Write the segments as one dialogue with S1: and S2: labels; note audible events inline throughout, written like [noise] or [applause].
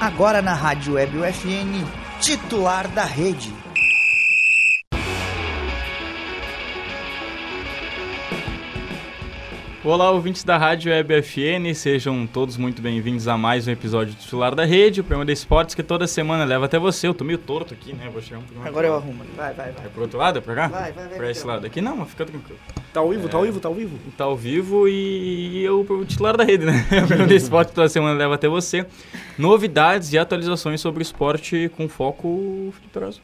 S1: agora na Rádio Web UFN, titular da rede.
S2: Olá, ouvintes da Rádio Web FN, sejam todos muito bem-vindos a mais um episódio do Titular da Rede, o programa de esportes que toda semana leva até você. Eu tô meio torto aqui, né? Vou chegar um pouquinho mais
S1: Agora
S2: pra
S1: eu
S2: lá.
S1: arrumo. Vai, vai, vai.
S2: É pro outro lado? É pra cá?
S1: Vai, vai, vai,
S2: Pra esse
S1: então.
S2: lado aqui? Não, mas fica tranquilo.
S3: Tá ao vivo, tá ao vivo, tá ao vivo.
S2: Tá ao vivo e eu o titular da rede, né? [laughs] O programa de esporte toda semana leva até você novidades e atualizações sobre o esporte com foco fritoso.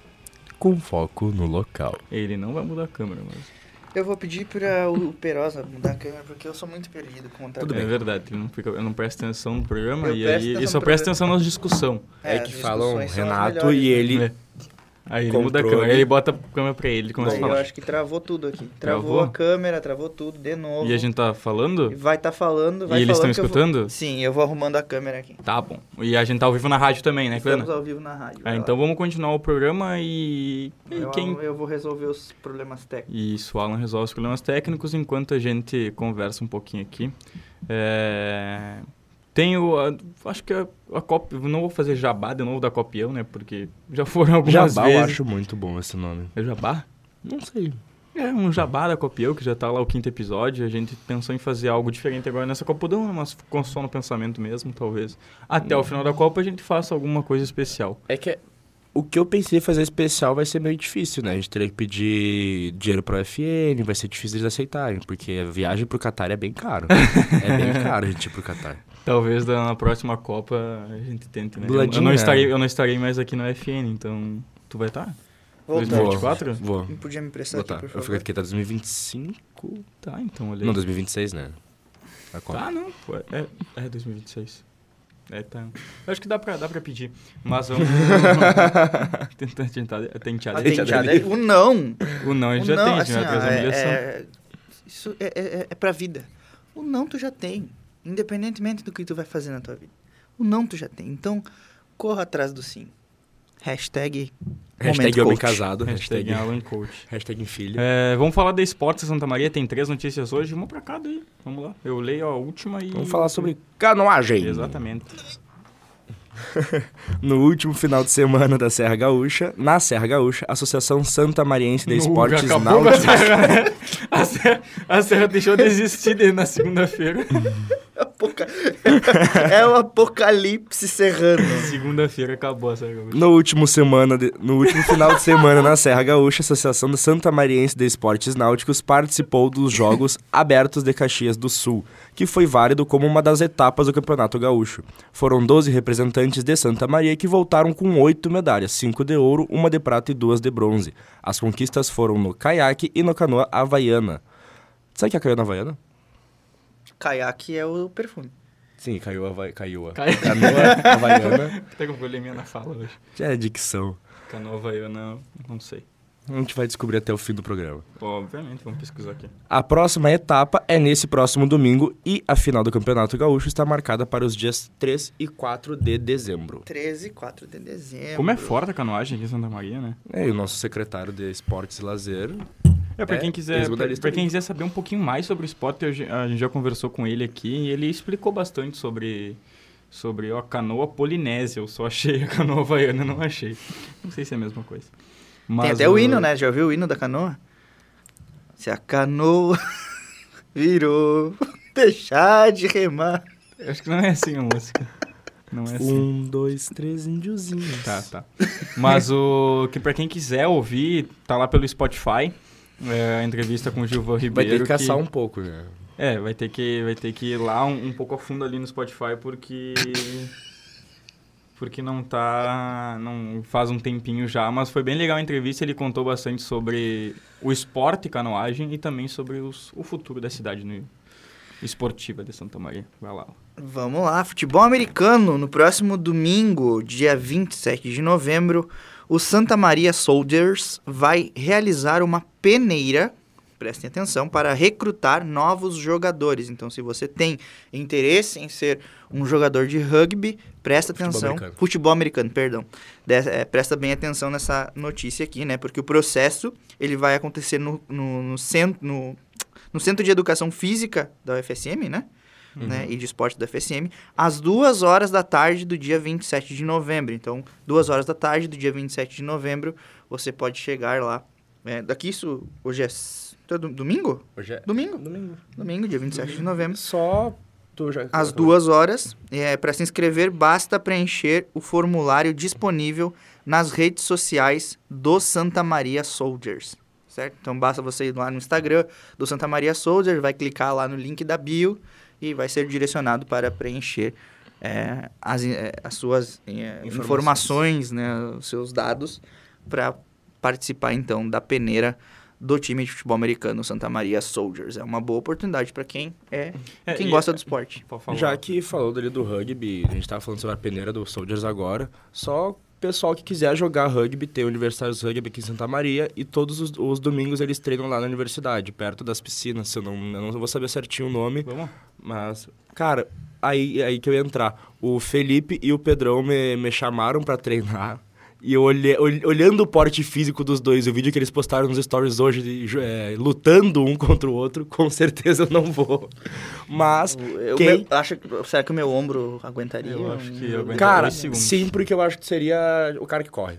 S4: com foco no local.
S2: Ele não vai mudar a câmera, mas
S1: Eu vou pedir para o Perosa mudar a câmera porque eu sou muito perdido com o
S2: é verdade, ele não, fica, eu não presto atenção no programa
S1: Eu
S2: e
S1: presto
S2: aí
S1: atenção
S2: ele só
S1: no
S2: presta
S1: programa.
S2: atenção nas discussão.
S4: É, que
S1: as
S4: falam
S1: discussões são as
S4: Renato
S1: melhores,
S4: e
S1: né?
S4: ele.
S2: É. Aí ele muda a
S4: Controle.
S2: câmera, aí ele bota a câmera pra ele e começa
S1: Daí
S2: a
S1: eu
S2: falar.
S1: acho que travou tudo aqui. Travou,
S2: Travou?
S1: a câmera, travou tudo de novo.
S2: E a gente tá
S1: E
S2: falando?
S1: Vai tá falando, vai
S2: E eles
S1: falando
S2: estão
S1: que eu vou-
S2: escutando?
S1: Sim, eu vou arrumando a câmera aqui.
S2: Tá bom. E a gente tá ao vivo na rádio também, né,
S1: Estamos
S2: Clena?
S1: ao vivo na rádio.
S2: Ah,
S1: vai lá.
S2: então vamos continuar o programa e. e
S1: eu,
S2: quem
S1: eu vou resolver os problemas técnicos.
S2: E Isso, o Alan resolve os problemas técnicos enquanto a gente conversa um pouquinho aqui. É... Tenho, a- acho que a, a Copa, não vou fazer jabá de novo da Copião, né? Porque já foram algumas
S4: Jabá, eu
S2: vezes.
S4: acho muito bom esse nome.
S2: É jabá?
S4: Não sei.
S2: É, um jabá da Copião, que já tá lá o quinto episódio. A gente pensou em fazer algo diferente agora nessa Copudão, mas ficou só no pensamento mesmo, talvez. Até o final da Copa a gente faça alguma coisa especial.
S4: É que o que eu pensei em fazer especial vai ser meio difícil, né? A gente teria que pedir dinheiro pro FN, vai ser difícil eles aceitarem, porque a viagem pro Catar é bem [laughs] caro. é bem caro a gente ir pro Catar.
S2: Talvez da- na próxima Copa a gente tente, né?
S4: Do
S2: Eu- eu,
S4: ladinho,
S2: não
S4: né?
S2: estarei, eu não estarei mais aqui no FN, então... Tu vai estar?
S1: Voltando.
S2: 2024?
S4: Vou.
S1: Não podia me prestar
S4: Vou
S1: aqui,
S4: tá.
S1: por
S4: Eu
S1: favor.
S4: fico aqui até 2025.
S2: Tá, então olha aí.
S4: Não, 2026, né? A Copa.
S2: Tá, não. pô, é, é 2026. É, tá. Eu acho que dá pra, dá pra pedir.
S4: [laughs]
S2: Mas vamos. tentar, tentar, tentar,
S1: Ah,
S4: Atende-
S1: tem já, né? O não.
S2: O não a gente
S1: o
S2: já
S1: não,
S2: tem, a
S1: assim,
S2: gente vai
S1: ó,
S2: trazer uma humilhação.
S1: é, é, isso é, é, é- é pra vida. O não tu já tem. Independentemente do que tu vai fazer na tua vida. O não tu já tem. Então, corra atrás do sim. Hashtag [laughs]
S4: Hashtag
S1: momento
S4: homem
S1: coach.
S4: casado.
S2: Hashtag
S4: Hashtag,
S2: Alan Coach.
S4: hashtag filho.
S2: É, vamos falar da Esportes Santa Maria, tem três notícias hoje, uma pra cada aí. Vamos lá. Eu leio a última e.
S4: Vamos falar sobre canoagem.
S2: Exatamente.
S4: No último final de semana da Serra Gaúcha, na Serra Gaúcha, a Associação Santa Mariense de
S2: No-
S4: Esportes
S2: acabou com a
S4: Náuticos.
S2: [laughs] Serra. A Serra, a Serra deixou de existir de- na segunda-feira. [laughs]
S1: Apoca- [laughs] é o apocalipse serrano.
S2: Segunda-feira acabou a Serra.
S4: No último, semana de- no último final de semana na Serra Gaúcha, a Associação da Santa Mariense de Esportes Náuticos participou dos Jogos Abertos de Caxias do Sul, que foi válido como uma das etapas do Campeonato Gaúcho. Foram 12 representantes de Santa Maria que voltaram com oito medalhas, cinco de ouro, uma de prata e duas de bronze. As conquistas foram no caiaque e no canoa havaiana. Sabe o que é a canoa havaiana?
S1: Caiaque é o perfume.
S4: Sim, caiu a caiu a
S2: Caiu.
S4: canoa havaiana.
S2: Até que eu vou ler minha na fala hoje.
S4: [laughs] Já é dicção.
S2: Canoa Havaiana, não sei.
S4: A gente vai descobrir até o fim do programa.
S2: Obviamente, vamos pesquisar aqui.
S4: A próxima etapa é nesse próximo domingo e a final do Campeonato Gaúcho está marcada para os dias 3 e 4 de dezembro.
S1: 13 e 4 de dezembro.
S2: Como é fora da canoagem aqui em Santa Maria, né?
S4: É, e o nosso secretário de Esportes e Lazer.
S2: É, pra
S4: É,
S2: quem quiser
S4: eles
S2: pra,
S4: mudam a lista
S2: pra quem
S4: ali.
S2: quiser saber um pouquinho mais sobre o esporte, eu já- a gente já conversou com ele aqui e ele explicou bastante sobre, sobre a canoa polinésia. Eu só achei a canoa havaiana, não achei. Não sei se é a mesma coisa. Mas
S1: Tem até o hino, né? Já ouviu o hino da canoa? Se a canoa [laughs] virou, [laughs] deixar de remar.
S2: eu Acho que não é assim a música. Não é assim.
S4: Um, dois, três índiozinhos.
S2: Tá, tá. Mas o que para quem quiser ouvir, tá lá pelo Spotify. é, a entrevista com o Gilvan Ribeiro.
S4: Vai ter que
S2: que-
S4: caçar um pouco, né?
S2: É, vai ter que, vai ter que ir lá um, um pouco a fundo ali no Spotify porque porque não tá não faz um tempinho já, mas foi bem legal a entrevista, ele contou bastante sobre o esporte canoagem e também sobre os- o futuro da cidade no- esportiva de Santa Maria. Vai lá.
S1: Vamos lá, futebol americano. No próximo domingo, dia 27 de novembro, o Santa Maria Soldiers vai realizar uma peneira, prestem atenção, para recrutar novos jogadores. Então, se você tem interesse em ser um jogador de rugby, presta
S4: Futebol
S1: atenção.
S4: americano.
S1: Futebol americano, perdão. Des- é, presta bem atenção nessa notícia aqui, né? Porque o processo ele vai acontecer no, no, no, cen- no, no Centro de Educação Física da UFSM, né?
S4: Uhum.
S1: né, e de esporte da FSM, às duas horas da tarde do dia 27 de novembro. Então, duas horas da tarde do dia 27 de novembro, você pode chegar lá. É, daqui isso, hoje é... s- tá do- Domingo?
S4: Hoje é
S1: Domingo.
S4: domingo.
S1: Domingo, dia 27 de novembro.
S4: Só tu já.
S1: Às duas horas. É, Para se inscrever, basta preencher o formulário disponível nas redes sociais do Santa Maria Soldiers. Certo? Então basta você ir lá no Instagram do Santa Maria Soldiers, vai clicar lá no link da bio e vai ser direcionado para preencher é, as, in- é, as suas é,
S4: Informações.
S1: informações, né, os seus dados, para participar então da peneira do time de futebol americano Santa Maria Soldiers. É uma boa oportunidade para quem é
S2: É,
S1: quem
S2: e-
S1: gosta do esporte.
S2: Pode falar.
S4: Já que falou dele do rugby, a gente tava falando sobre a peneira do Soldiers agora, só o pessoal que quiser jogar rugby, tem universitários rugby aqui em Santa Maria e todos os, os domingos eles treinam lá na universidade, perto das piscinas, se eu não, eu não vou saber certinho o nome,
S2: Vamos? [laughs]
S4: mas, cara, aí, aí que eu ia entrar. O Felipe e o Pedrão me, me chamaram pra treinar. E eu olhe- ol- olhando o porte físico dos dois, o vídeo que eles postaram nos stories hoje, de ju- é, lutando um [laughs] contra o outro, com certeza eu não vou. Mas
S1: Eu
S4: quem
S1: me- acho, que- será que o meu ombro aguentaria?
S2: Eu acho que eu aguento.
S4: Cara,
S2: dois segundos.
S4: sim, porque eu acho que seria o cara que corre.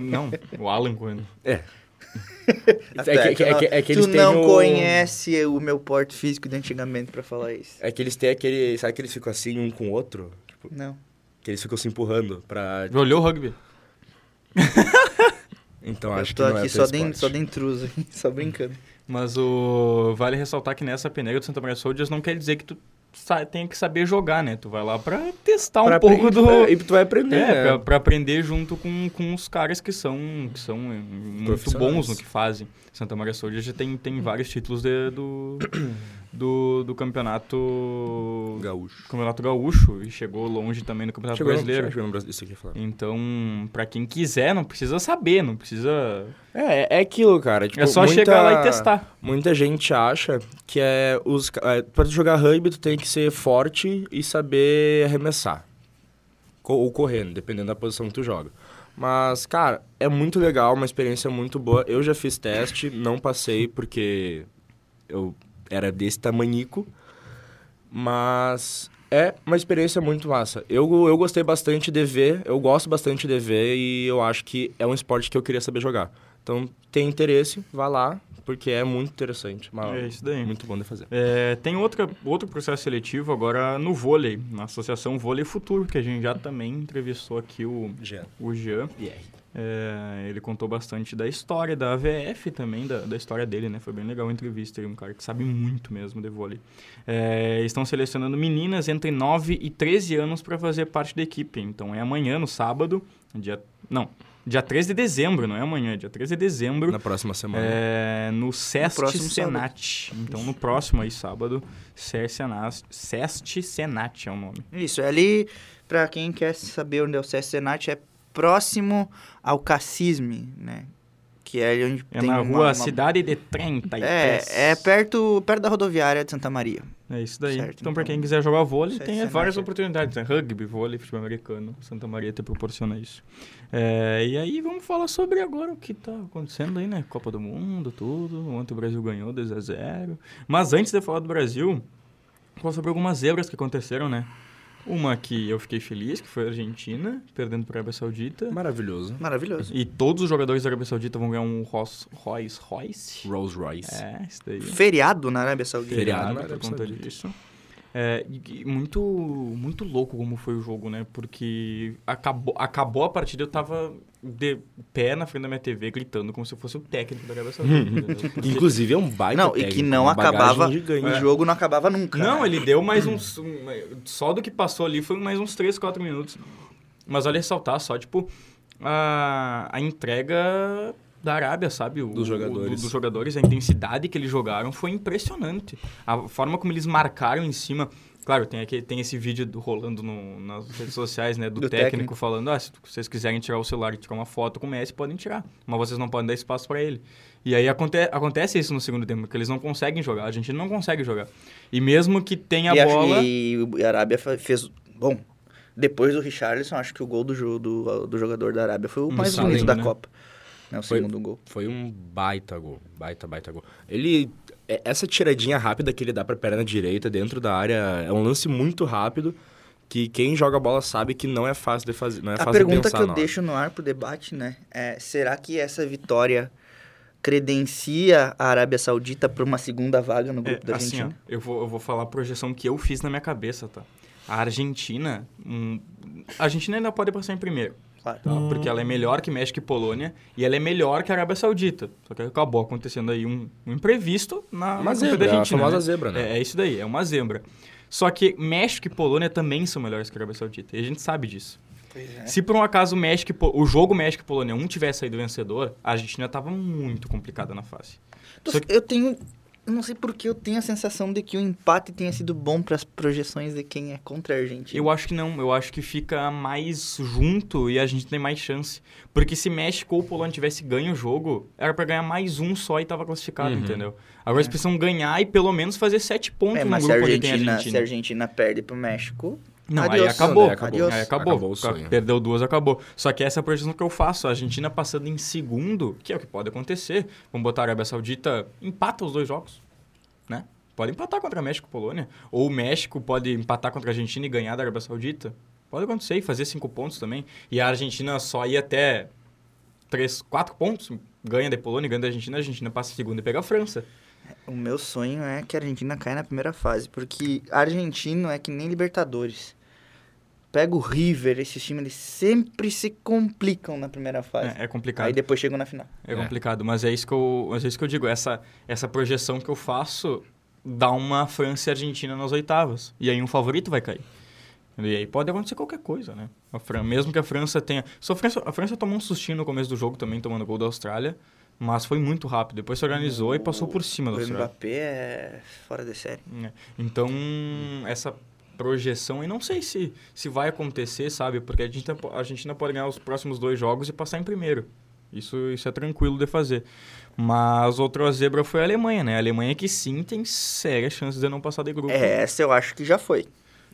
S2: Não, o Alan Coelho.
S4: É.
S1: Até
S4: que, é que- é que
S1: tu
S4: eles têm
S1: não
S4: o-
S1: conhece o meu porte físico de antigamente pra falar isso.
S4: É que eles têm aquele. Sabe que eles ficam assim um com o outro? Tipo,
S1: Não.
S4: que eles ficam se empurrando pra.
S2: Já olhou o rugby?
S4: Então
S1: Eu,
S4: acho
S1: tô
S4: que não
S1: aqui
S4: é
S1: só,
S4: teu
S1: de,
S4: esporte.
S1: só de intruso, [laughs] só brincando.
S2: Mas o vale ressaltar que nessa peneira do Santa Maria Soldiers não quer dizer que tu sa- tenha que saber jogar, né? Tu vai lá pra testar
S4: Pra
S2: um pouco
S4: aprender,
S2: do...
S4: pra- E tu vai aprender.
S2: É,
S4: né?
S2: pra, pra aprender junto com, com os caras que são, que são eh, muito
S4: Profissionais.
S2: bons no que fazem. Santa Maria Soldier já tem, tem vários títulos
S4: [coughs]
S2: de- do, do, do campeonato,
S4: Gaúcho.
S2: campeonato Gaúcho e chegou longe também no Campeonato
S4: Chegou no-
S2: Brasileiro.
S4: chegou no Brasil, isso aqui eu ia falar.
S2: Então, pra quem quiser, não precisa saber, não precisa...
S4: É, é- é aquilo, cara. tipo,
S2: é só
S4: muita-
S2: chegar lá e testar.
S4: Muita gente acha que é os. ca- É, pra tu jogar rugby, tu tem que ser forte e saber arremessar. Co- ou correndo, dependendo da posição que tu joga. Mas, cara, é muito legal, uma experiência muito boa. Eu já fiz teste, não passei porque eu era desse tamanico. Mas é uma experiência muito massa. Eu, eu gostei bastante de ver, eu gosto bastante de ver e eu acho que é um esporte que eu queria saber jogar. Então, tem interesse, vá lá, porque é muito interessante. Mas
S2: É isso daí.
S4: Ah, Muito bom de fazer.
S2: É, tem outra, outro processo seletivo agora no vôlei, na Associação Vôlei Futuro, que a gente já também entrevistou aqui o,
S4: Jean.
S2: o Jean. É, ele contou bastante da história da AVF também, da, da história dele, né? Foi bem legal a entrevista, ele é um cara que sabe muito mesmo de vôlei. É, estão selecionando meninas entre 9 e 13 anos para fazer parte da equipe. Então é amanhã, no sábado, dia... Não, dia 13 de dezembro, não é amanhã, é dia 13 de dezembro.
S4: Na próxima semana.
S2: É, no SEST
S1: próximo
S2: Senat. Então, no próximo aí, sábado, SEST Senat, SEST Senat é o nome.
S1: Isso, é ali, pra quem quer saber onde é o CS Senat, é próximo ao Cassisme, né? Que é ali onde
S2: É
S1: tem
S2: na
S1: uma-
S2: rua
S1: uma-
S2: Cidade de 33.
S1: É, é perto, perto da rodoviária de Santa Maria.
S2: É isso daí.
S1: Certo,
S2: então, pra
S1: então,
S2: quem quiser jogar vôlei,
S1: SEST
S2: tem
S1: Senat.
S2: várias oportunidades. Né? Rugby, vôlei, futebol americano. Santa Maria te proporciona isso. É, e aí, vamos falar sobre agora o que tá acontecendo aí, né? Copa do Mundo, tudo. Ontem o Brasil ganhou 2 a 0 Mas antes de falar do Brasil, falar sobre algumas zebras que aconteceram, né? Uma que eu fiquei feliz, que foi a Argentina, perdendo para a Arábia Saudita.
S4: Maravilhoso.
S1: Maravilhoso.
S2: E todos os jogadores da Arábia Saudita vão ganhar um Rolls Royce. Royce?
S4: Rolls Royce.
S2: É, isso daí.
S1: Feriado na Arábia Saudita.
S4: Feriado.
S2: Feriado né,
S4: na
S2: por
S4: Arábia
S2: conta
S4: Saudita.
S2: disso. É, e- e muito, muito louco como foi o jogo, né? Porque acabou, acabou a partida, eu tava de pé na frente da minha TV gritando como se eu fosse o técnico da
S4: [laughs]
S2: Arábia Saudita. entendeu? Porque-
S4: Inclusive é um baita
S1: Não, e
S4: técnico,
S1: que não
S4: uma bagagem
S1: acabava.
S4: gigante.
S1: O jogo não acabava nunca.
S2: Não,
S1: né?
S2: ele deu mais uns. um- só do que passou ali foi mais uns 3, 4 minutos. Mas olha ressaltar só, tipo, a, a entrega da Arábia, sabe? O-
S4: Dos jogadores.
S2: o- dos jogadores, a intensidade que eles jogaram foi impressionante. A forma como eles marcaram em cima. Claro, tem, aqui, tem esse vídeo do- rolando no- nas redes sociais, né? Do,
S1: Do
S2: técnico,
S1: técnico.
S2: falando, ah, se vocês quiserem tirar o celular e tirar uma foto com o Messi, podem tirar. Mas vocês não podem dar espaço pra ele. E aí aconte- acontece isso no segundo tempo, que eles não conseguem jogar. A gente não consegue jogar. E mesmo que tenha
S1: e
S2: a bola...
S1: E, a Arábia fa- fez. Bom, depois do Richarlison, acho que o gol do, jo- do, do jogador da Arábia foi o
S2: Do
S1: mais
S2: Salim,
S1: bonito da
S2: né?
S1: Copa. Né, o
S4: Foi-
S1: segundo gol.
S4: Foi um baita gol, baita, baita gol. Ele é- essa tiradinha rápida que ele dá pra perna direita dentro da área é um lance muito rápido que quem joga bola sabe que não é fácil de fazer. Não é
S1: a
S4: fácil de
S1: pergunta
S4: pensar
S1: que eu
S4: na hora.
S1: deixo no ar pro debate, né? É, será que essa vitória credencia a Arábia Saudita para uma segunda vaga no grupo
S2: É,
S1: da
S2: assim, ó,
S1: Argentina?
S2: eu, vou, eu vou falar a projeção que eu fiz na minha cabeça, tá? A Argentina. hum, a Argentina ainda pode passar em primeiro.
S1: Claro.
S2: tá?
S4: Hum.
S2: Porque ela é melhor que México e Polônia e ela é melhor que a Arábia Saudita. Só que acabou acontecendo aí um, um imprevisto
S4: É
S2: na
S4: Uma
S2: na
S4: zebra,
S2: corrida
S4: a
S2: argentina,
S4: famosa
S2: né?
S4: zebra, né?
S2: É, é isso daí, é uma zebra. Só que México e Polônia também são melhores que a Arábia Saudita. E a gente sabe disso.
S4: É.
S2: Se por um acaso o, México e Po- o jogo México e Polônia um tivesse saído vencedor, a Argentina tava muito complicada na fase.
S1: Então,
S2: Só que-
S1: Eu tenho. Eu não sei porque eu tenho a sensação de que o empate tenha sido bom para as projeções de quem é contra a Argentina.
S2: Eu acho que não, eu acho que fica mais junto e a gente tem mais chance. Porque se México ou Polônia tivesse ganho o jogo, era pra ganhar mais um só e tava classificado,
S4: Uhum.
S2: entendeu? Agora eles precisam ganhar e pelo menos fazer sete pontos
S1: É,
S2: no
S1: mas se
S2: um grupo
S1: a,
S2: onde tem
S1: Argentina, se a Argentina perde pro México.
S2: Não, aí
S1: Adiós.
S2: acabou.
S4: Não, daí acabou.
S2: Aí
S1: Adiós.
S2: acabou.
S4: Acabou o sonho.
S2: Perdeu duas, acabou. Só que essa é a projeção que eu faço. A Argentina passando em segundo, que é o que pode acontecer. Vamos botar a Arábia Saudita, empata os dois jogos, né? Pode empatar contra México e Polônia. Ou o México pode empatar contra a Argentina e ganhar da Arábia Saudita. Pode acontecer e fazer cinco pontos também. E a Argentina só ia até três, quatro pontos. Ganha da Polônia, ganha da Argentina. A Argentina passa em segundo e pega a França.
S1: O meu sonho é que a Argentina caia na primeira fase, porque argentino é que nem Libertadores. Pega o River, esses times eles sempre se complicam na primeira fase.
S2: É, é complicado.
S1: Aí depois chegam na final.
S2: É
S4: É.
S2: complicado, mas é isso que eu, mas é isso que eu digo. Essa, essa projeção que eu faço dá uma França e Argentina nas oitavas. E aí um favorito vai cair. E aí pode acontecer qualquer coisa, né? A Fran- mesmo que a França tenha... Só a, França, a França tomou um sustinho no começo do jogo também, tomando gol da Austrália. Mas foi muito rápido. Depois se organizou e passou por cima né? da
S1: O
S2: Austrália.
S1: Mbappé é fora de série.
S2: É. Então, essa projeção, e não sei se, se vai acontecer, sabe? Porque a Argentina, po- a Argentina pode ganhar os próximos dois jogos e passar em primeiro. Isso, isso é tranquilo de fazer. Mas outra zebra foi a Alemanha, né? A Alemanha que sim tem sérias chances de não passar de grupo.
S1: É, essa eu acho que já foi.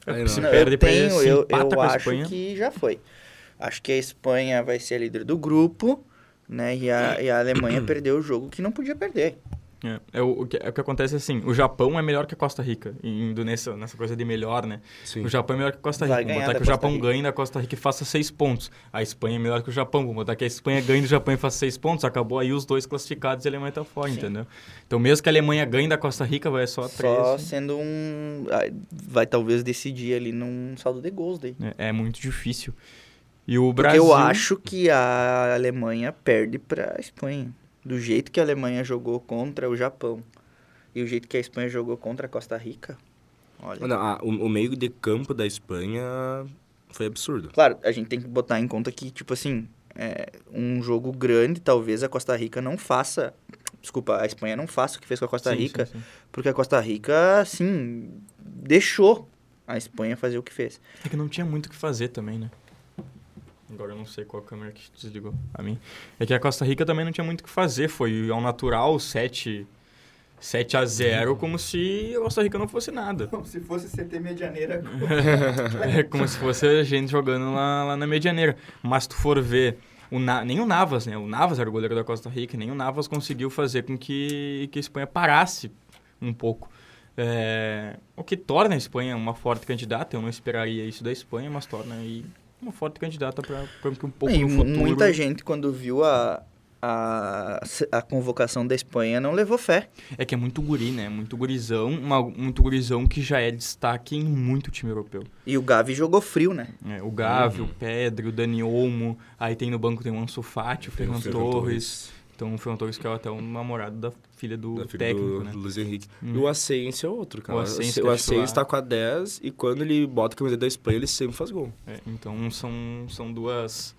S4: Aí
S2: É,
S4: não.
S2: se
S1: Não,
S2: perde
S1: eu
S2: pra-
S1: tenho,
S2: se
S1: eu,
S2: empata
S1: eu
S2: com a
S1: acho
S2: Espanha.
S1: que já foi. Acho que a Espanha vai ser a líder do grupo, né? E a, e a
S2: [clears throat]
S1: Alemanha perdeu o jogo que não podia perder.
S2: É, é o, o que, é o que acontece assim, o Japão é melhor que a Costa Rica, indo nessa, nessa coisa de melhor, né?
S4: Sim.
S2: O Japão é melhor que a Costa
S1: Vai
S2: Rica. Vamos
S1: ganhar
S2: botar
S1: da
S2: que o Japão
S1: Costa Rica.
S2: ganhe da Costa Rica e faça seis pontos. A Espanha é melhor que o Japão. Vamos botar que a Espanha ganhe do Japão e faça seis pontos. Acabou aí os dois classificados e a Alemanha tá fora,
S1: Sim.
S2: entendeu? Então, mesmo que a Alemanha ganhe da Costa Rica, vai é só
S1: Só
S2: três. assim.
S1: sendo um. ah, Vai talvez decidir ali num saldo de gols daí.
S2: É, é muito difícil. E o
S1: Porque
S2: Brasil.
S1: eu acho que a Alemanha perde pra Espanha. Do jeito que a Alemanha jogou contra o Japão e o jeito que a Espanha jogou contra a Costa Rica. Olha.
S4: Não, ah, o, o meio de campo da Espanha foi absurdo.
S1: Claro, a gente tem que botar em conta que, tipo assim, é, um jogo grande, talvez a Costa Rica não faça. Desculpa, a Espanha não faça o que fez com a Costa
S2: Sim, sim,
S1: Rica,
S2: sim.
S1: porque a Costa Rica, assim, deixou a Espanha fazer o que fez.
S2: É que não tinha muito o que fazer também, né? Agora eu não sei qual câmera que desligou a mim. É que a Costa Rica também não tinha muito o que fazer. Foi ao natural 7, 7 a 0 como se a Costa Rica não fosse nada.
S3: Como se fosse CT
S4: [laughs]
S3: Medianeira.
S2: É como se fosse a gente jogando lá, lá na Medianeira. Mas se tu for ver, o Na- nem o Navas, né? O Navas era o goleiro da Costa Rica, nem o Navas conseguiu fazer com que, que a Espanha parasse um pouco. É, o que torna a Espanha uma forte candidata, eu não esperaria isso da Espanha, mas torna aí uma forte candidata para um pouco
S1: E
S2: no
S1: mu-
S2: futuro.
S1: muita gente, quando viu a, a, a convocação da Espanha, não levou fé.
S2: É que é muito guri, né? Muito gurizão, uma- muito gurizão que já é destaque em muito time europeu.
S1: E o Gavi jogou frio, né?
S2: É, o Gavi,
S4: Uhum.
S2: o Pedro, o Dani Olmo, aí tem no banco tem o Ansu Fati, o Fernando Torres. Então o Fernando Torres que é até um namorado da filha do
S4: Da filha
S2: técnico,
S4: do
S2: né?
S4: Luiz Henrique.
S2: Hum.
S4: E o Asensio é outro, cara.
S2: O
S4: O
S2: Asensio
S4: Asensio,
S2: que é titular.
S4: tá com a 10 e quando ele bota a camiseta da Espanha, ele sempre faz gol.
S2: É, então são, são duas...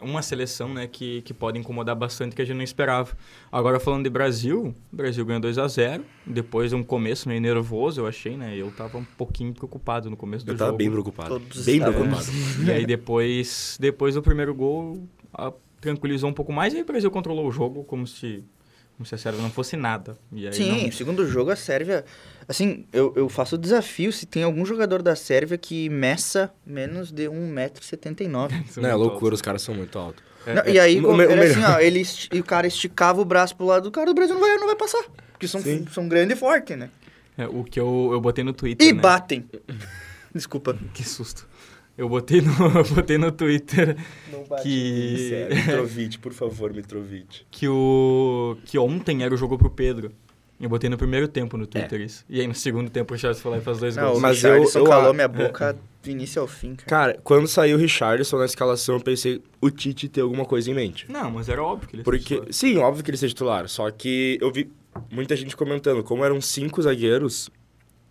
S2: Uma seleção, né, que, que pode incomodar bastante, que a gente não esperava. Agora falando de Brasil, o Brasil ganhou 2 a 0 Depois de um começo meio nervoso, eu achei, né? Eu tava um pouquinho preocupado no começo do
S4: Eu tava tá
S2: jogo.
S4: bem preocupado.
S1: Todos
S4: bem
S1: estavam.
S4: preocupado.
S2: Uhum. E aí depois, depois do primeiro gol, a- tranquilizou um pouco mais e aí o Brasil controlou o jogo como se... Como se a Sérvia não fosse nada. E
S4: É,
S2: aí
S1: Sim,
S2: não-
S1: o segundo jogo a Sérvia. Assim, eu, eu faço o desafio se tem algum jogador da Sérvia que meça menos de 1,79m.
S2: isso
S4: Não, é
S2: muito
S4: loucura, os caras são muito altos.
S2: É,
S1: Não,
S2: é-
S1: e aí,
S4: o
S1: como
S4: me- o
S1: era assim,
S4: melhor.
S1: ó, ele, esti- e o cara esticava o braço pro lado do cara, o Brasil não vai, não vai passar. Porque são,
S4: Sim.
S1: são grandes e fortes, né?
S2: É, o que eu, eu botei no Twitter.
S1: E
S2: né?
S1: batem.
S4: [laughs]
S1: Desculpa.
S2: Que susto. Eu botei no, [laughs] eu botei no Twitter
S1: Não
S2: que,
S1: [laughs]
S4: Sério, Mitrovic, por favor, Mitrovic.
S2: que, o, que ontem era o jogo pro Pedro. Eu botei no primeiro tempo no Twitter isso. E aí no segundo tempo o Charles foi lá e faz dois
S1: Não,
S2: gols.
S1: o
S4: Mas
S1: mas
S4: eu- eu
S1: calou
S4: a-
S1: minha boca do início ao fim, cara.
S4: Cara, quando saiu o Richardson na escalação, eu pensei, o Tite tem alguma coisa em mente.
S2: Não, mas era óbvio que ele
S4: Porque, sim, óbvio que ele seja titular, só que eu vi muita gente comentando, como eram cinco zagueiros,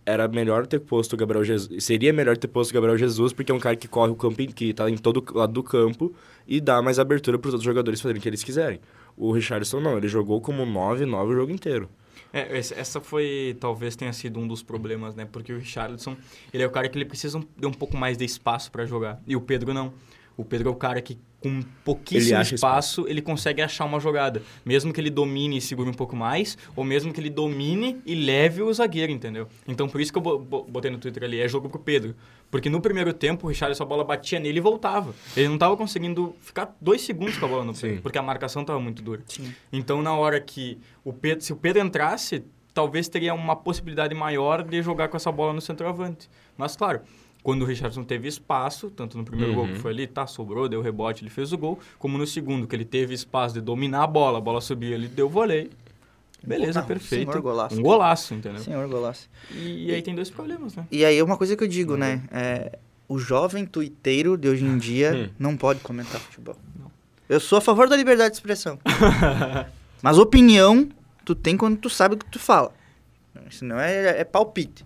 S4: era melhor ter posto o Gabriel Jesus, seria melhor ter posto o Gabriel Jesus, porque é um cara que corre o campo, in- que tá em todo lado do campo e dá mais abertura pros outros jogadores fazerem o que eles quiserem. O Richardson não, ele jogou como 9-9 o jogo inteiro.
S2: É, esse- essa foi, talvez tenha sido um dos problemas, né? Porque o Richarlison, ele é o cara que ele precisa um- de um pouco mais de espaço pra jogar. E o Pedro não. O Pedro é o cara que com pouquíssimo
S4: Ele
S2: espaço,
S4: acha
S2: ele consegue achar uma jogada. Mesmo que ele domine e segure um pouco mais, ou mesmo que ele domine e leve o zagueiro, entendeu? Então por isso que eu bo- bo- botei no Twitter ali, é jogo pro Pedro. Porque no primeiro tempo o Richarlison a bola batia nele e voltava. Ele não tava conseguindo ficar dois segundos com a bola no pé,
S4: Sim.
S2: porque a marcação tava muito dura. Então, na hora que o Pedro, se o Pedro entrasse, talvez teria uma possibilidade maior de jogar com essa bola no centroavante. Mas, claro, quando o Richardson teve espaço, tanto no primeiro gol que foi ali, tá, sobrou, deu rebote, ele fez o gol, como no segundo, que ele teve espaço de dominar a bola, a bola subiu, ele deu voleio. Beleza,
S1: Não,
S2: perfeito.
S1: senhor golaço.
S2: Um golaço, entendeu?
S1: Senhor Golaço.
S2: E aí tem dois problemas, né?
S1: E aí, uma coisa que eu digo,
S2: Uhum.
S1: né? É, o jovem tuiteiro
S4: [laughs]
S1: de hoje em
S2: Hum.
S1: dia não pode comentar futebol. Eu sou a favor da liberdade
S4: [laughs]
S1: de expressão. Mas opinião, tu tem quando tu sabe o que tu fala. Senão é, é palpite.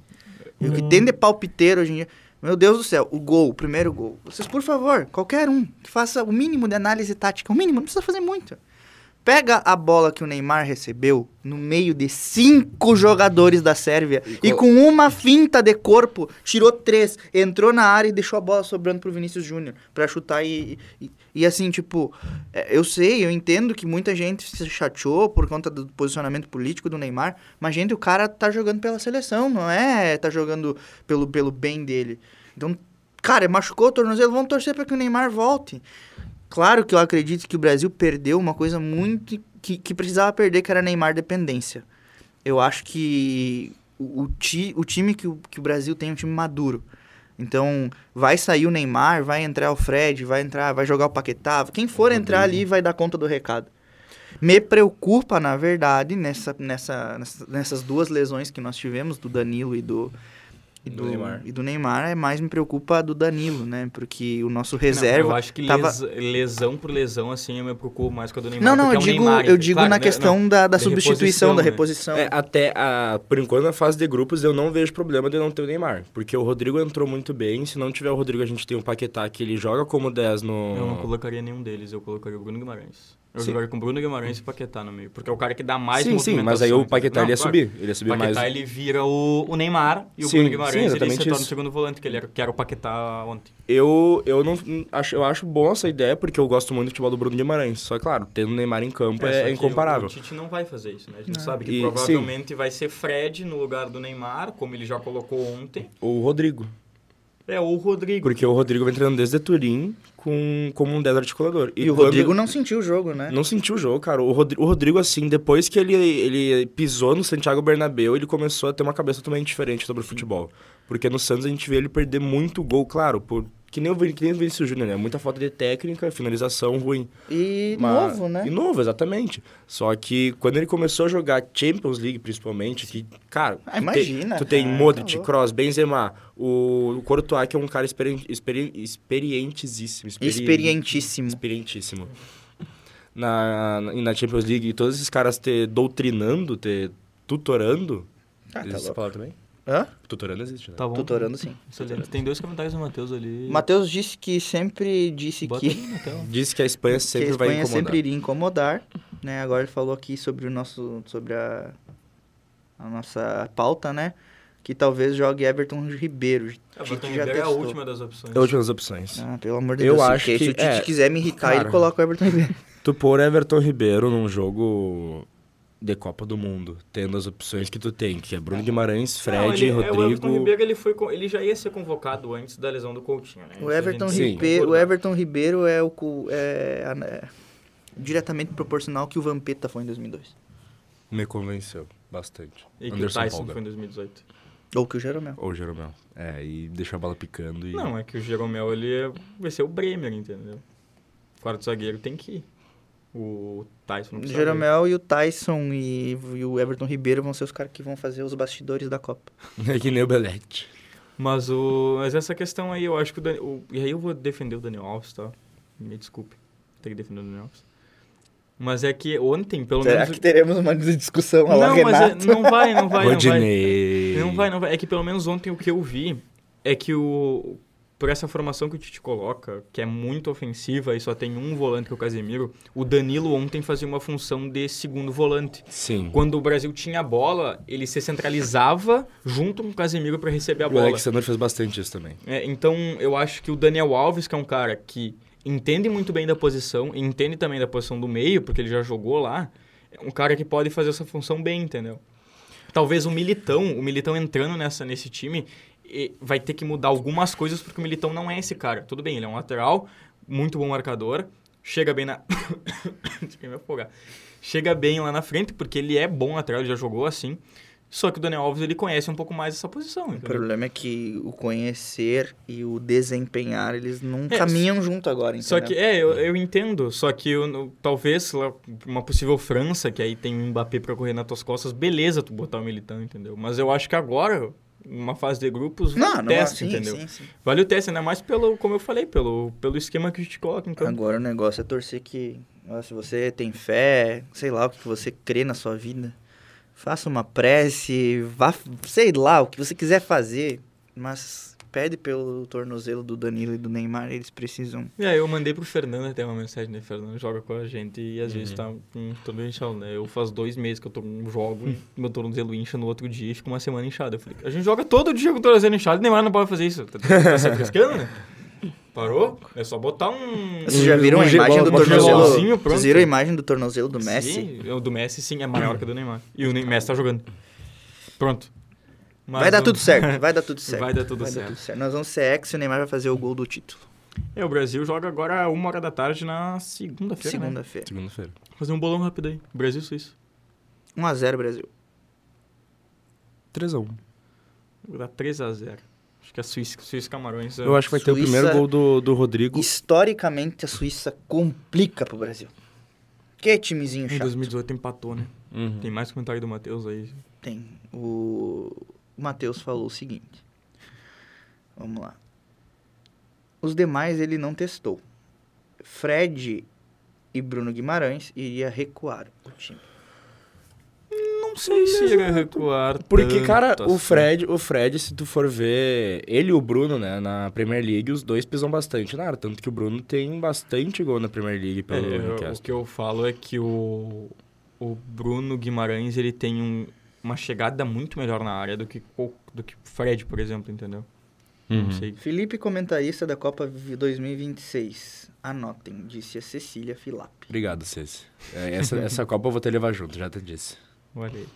S1: E o
S4: Hum.
S1: que tem de palpiteiro hoje em dia... Meu Deus do céu, o gol, o primeiro gol. Vocês, por favor, qualquer um, que faça o mínimo de análise tática. O mínimo, não precisa fazer muito. Pega a bola que o Neymar recebeu no meio de cinco jogadores da Sérvia e,
S4: col-
S1: com uma finta de corpo tirou três, entrou na área e deixou a bola sobrando pro Vinícius Júnior pra chutar e, e, e assim, tipo, é, eu sei, eu entendo que muita gente se chateou por conta do posicionamento político do Neymar, mas gente, o cara tá jogando pela seleção, não é? Tá jogando pelo, pelo bem dele. Então, cara, machucou o tornozelo, vamos torcer pra que o Neymar volte. Claro que eu acredito que o Brasil perdeu uma coisa muito que, que precisava perder, que era a Neymar dependência. Eu acho que o, o ti- o time que o, que o Brasil tem é um time maduro. Então, vai sair o Neymar, vai entrar o Fred, vai entrar, vai jogar o Paquetá. Quem for entrar ali vai dar conta do recado. Me preocupa, na verdade, nessa, nessa, nessa- nessas duas lesões que nós tivemos, do Danilo e do, e
S4: Do
S1: do,
S4: Neymar.
S1: E do Neymar, é mais me preocupa a do Danilo, né? Porque o nosso
S2: Não,
S1: reserva.
S2: eu acho que
S1: tava-
S2: les- lesão por lesão, assim, eu me preocupo mais com a do Neymar.
S1: Não, não,
S2: porque
S1: eu
S2: é o
S1: digo,
S2: Neymar,
S1: eu
S2: entende?
S1: digo
S2: Claro,
S1: na
S2: né?
S1: questão da, da
S2: da
S1: substituição, da
S2: reposição,
S1: reposição.
S4: É, até a, por enquanto na fase de grupos eu não vejo problema de não ter o Neymar, porque o Rodrigo entrou muito bem, se não tiver o Rodrigo a gente tem o Paquetá que ele joga como 10 no
S2: Eu não colocaria nenhum deles, eu colocaria o Bruno Guimarães. Eu
S4: Hum. Sim.
S2: jogaria com o Bruno Guimarães e o Paquetá no meio. Porque é o cara que dá mais
S4: Sim, sim, mas aí o Paquetá ele ia subir, ele ia
S2: O
S4: subir
S2: Paquetá
S4: mais.
S2: ele vira o, o Neymar e o
S4: Sim,
S2: Bruno
S4: sim,
S2: Guimarães ele se
S4: exatamente
S2: torna o
S4: isso.
S2: segundo volante, que, ele era, que era o Paquetá ontem.
S4: Eu, eu não acho, eu acho bom essa ideia, porque eu gosto muito do futebol do Bruno Guimarães. Só que, claro, tendo o Neymar em campo
S2: só
S4: é,
S2: que
S4: incomparável.
S2: O, o Tite não vai fazer isso, né? A gente sabe que
S4: E- sim.
S2: provavelmente vai ser Fred no lugar do Neymar, como ele já colocou ontem.
S4: O Rodrigo.
S2: É, ou o Rodrigo.
S4: Porque o Rodrigo vem treinando desde Turim com, como um 10 articulador.
S1: E o
S4: quando-
S1: Rodrigo não sentiu o jogo, né?
S4: Não é. sentiu o jogo, cara. O Rodrigo, o Rodrigo, assim, depois que ele, ele pisou no Santiago Bernabéu, ele começou a ter uma cabeça totalmente diferente sobre o futebol. Porque no Santos a gente vê ele perder muito gol, claro, por, que, nem o, Vin- que nem o Vinícius Júnior, né? Muita falta de técnica, finalização ruim.
S1: E
S4: Mas-
S1: novo, né?
S4: E novo, exatamente. Só que quando ele começou a jogar Champions League, principalmente, que, cara...
S1: Ah,
S4: tu tem-
S1: imagina,
S4: Tu tem
S1: cara, tá
S4: Modric,
S1: louco.
S4: Kroos, Benzema, o, o Courtois, que é um cara experi, experi, experientíssimo.
S1: Experientíssimo.
S4: Experientíssimo. Na, na, e na Champions League, e todos esses caras te doutrinando, te tutorando...
S1: Ah, tá
S4: existe essa
S1: louco.
S4: palavra também?
S1: Hã?
S4: Tutorando existe, né?
S2: Tá bom.
S1: Tutorando sim.
S2: Excelente. Tem dois comentários do Matheus ali.
S1: Matheus disse que sempre disse
S2: Bota
S1: que,
S2: ali na tela.
S4: Diz que a Espanha
S1: que a
S4: sempre vai
S1: Espanha
S4: incomodar.
S1: sempre iria incomodar, né? Agora ele falou aqui sobre o nosso sobre a, a nossa pauta, né? Que talvez jogue Everton Ribeiro.
S2: É,
S1: Tite
S2: Everton
S1: já
S2: Ribeiro é a
S1: testou.
S2: última das opções.
S4: É a última das opções.
S1: Ah, pelo amor de
S4: Eu
S1: Deus. se
S4: acho
S1: o Tite-
S4: que-
S1: Se o Tite
S4: é,
S1: quiser me irritar,
S4: cara.
S1: ele coloca o Everton Ribeiro.
S4: Tu pôr Everton Ribeiro num jogo de Copa do Mundo, tendo as opções que tu tem, que é Bruno Guimarães,
S2: Não,
S4: Fred,
S2: ele- é, o Everton
S4: Rodrigo.
S2: Ribeiro ele, foi, co- ele já ia ser convocado antes da lesão do Coutinho, né? Isso
S1: O
S2: a
S1: Everton,
S2: gente tem que
S4: Sim.
S1: Ribeiro, o
S2: concordar.
S1: Everton Ribeiro é o cu- é, a- é diretamente proporcional que o Vampeta foi em 2002.
S4: Me convenceu. Bastante.
S2: E que o
S4: Anderson
S2: Tyson
S4: Polga.
S2: foi em 2018.
S1: Ou que o Jeromel.
S4: Ou Jeromel. É, e deixou a bola picando e...
S2: Não, é que o Jeromel, ele é- vai ser o Bremer, entendeu? Quarto zagueiro tem que ir. O Tyson não
S1: O
S2: precisa ir.
S1: Jeromel e o Tyson e, e o Everton Ribeiro vão ser os caras que vão fazer os bastidores da Copa.
S4: [laughs] É que nem o Belete.
S2: Mas, o, mas essa questão aí, eu acho que o, Dan- o- E aí eu vou defender o Daniel Alves, tá? Me desculpe. Tem que defender o Daniel Alves. Mas é que ontem, pelo
S1: Será
S2: menos...
S1: que teremos uma discussão lá,
S2: Não, mas é-
S1: Renato?
S2: não
S4: [laughs]
S2: vai, não vai, não vai.
S4: Rodinei.
S2: Não vai, não vai. É que pelo menos ontem o que eu vi é que o. Por essa formação que o Tite coloca, que é muito ofensiva e só tem um volante que é o Casemiro, o Danilo ontem fazia uma função de segundo volante.
S4: Sim.
S2: Quando o Brasil tinha a bola, ele se centralizava junto com o Casemiro para receber a
S4: O
S2: bola.
S4: Alexander fez bastante isso também.
S2: É, então, eu acho que o Daniel Alves, que é um cara que entende muito bem da posição, e entende também da posição do meio, porque ele já jogou lá, é um cara que pode fazer essa função bem, entendeu? Talvez o Militão, o Militão entrando nessa, nesse time, e vai ter que mudar algumas coisas, porque o Militão não é esse cara. Tudo bem, ele é um lateral, muito bom marcador, chega bem na... [coughs] Desculpa, me afogar. Chega bem lá na frente, porque ele é bom lateral, ele já jogou assim, só que o Daniel Alves, ele conhece um pouco mais essa posição,
S1: O
S2: entendeu?
S1: problema é que o conhecer e o desempenhar, eles não
S2: É,
S1: caminham junto agora, entendeu?
S2: Só que, é, eu, eu entendo. Só que eu não- talvez lá, uma possível França, que aí tem um Mbappé pra correr nas tuas costas, beleza tu botar o Militão, entendeu? Mas eu acho que agora, numa fase de grupos,
S1: Não,
S2: vale
S1: não, é-
S2: o teste,
S1: sim,
S2: entendeu?
S1: sim, sim.
S2: Vale o teste, ainda mais pelo, como eu falei, pelo, pelo esquema que a gente coloca em campo.
S1: Agora o negócio é torcer que, ó, se você tem fé, sei lá o que você crê na sua vida, faça uma prece, vá, sei lá, o que você quiser fazer, mas pede pelo tornozelo do Danilo e do Neymar, eles precisam.
S2: E aí É, eu mandei pro Fernando até uma mensagem, né? Fernando joga com a gente e às vezes tá com todo inchado, né? Eu faz dois meses que eu tô com um jogo, e meu tornozelo incha no outro dia e fica uma semana inchado. Eu falei, a gente joga todo dia com o tornozelo inchado e Neymar não pode fazer isso. Tá, tá se frescando, né? Parou? É só botar um...
S1: Vocês já viram a
S4: um ge-
S1: imagem do
S4: uma- uma
S1: tornozelo?
S2: gelolzinho,
S1: Vocês
S2: pronto.
S1: viram a imagem do tornozelo do Messi?
S2: Sim, o do Messi sim é maior que o do Neymar. E o Ne- Messi tá jogando. Pronto. Mas
S1: Vai dar
S2: não-
S1: tudo certo, vai dar tudo certo.
S2: [laughs] Vai dar tudo certo.
S1: Nós vamos ser ex e o Neymar vai fazer o gol do título.
S2: É, o Brasil joga agora uma hora da tarde na segunda-feira, né?
S1: Segunda-feira.
S4: Segunda-feira.
S2: Fazer um bolão rápido aí. Brasil e Suíça.
S1: 1x0 Brasil.
S4: 3x1.
S2: Vou dar 3x0. Acho que é Suíça, Suíça e Camarões. é.
S4: Eu acho que vai ter o
S1: Suíça-
S4: primeiro gol do, do Rodrigo.
S1: Historicamente, a Suíça complica pro Brasil. Que timezinho
S2: Em
S1: chato.
S2: 2018 empatou, né?
S4: Uhum.
S2: Tem mais comentário do Matheus aí.
S1: Tem. O Matheus falou o seguinte. Vamos lá. Os demais ele não testou. Fred e Bruno Guimarães iria recuar o time.
S2: Não sei se ele recuar.
S4: Porque, cara,
S2: tanto
S4: o
S2: assim.
S4: Fred, o Fred, se tu for ver, ele e o Bruno, né, na Premier League, os dois pisam bastante na área. Tanto que o Bruno tem bastante gol na Premier League
S2: É,
S4: pelo
S2: eu- o
S4: Newcastle.
S2: que eu falo é que o, o Bruno Guimarães ele tem um- uma chegada muito melhor na área do que qual- do que Fred, por exemplo, entendeu?
S4: Uhum.
S2: Não sei.
S1: Felipe, comentarista da Copa vi- 2026. Anotem, disse a Cecília Filap.
S4: Obrigado, Ceci. É, [laughs] essa, essa Copa eu vou te levar junto, já te disse.
S2: Olha aí.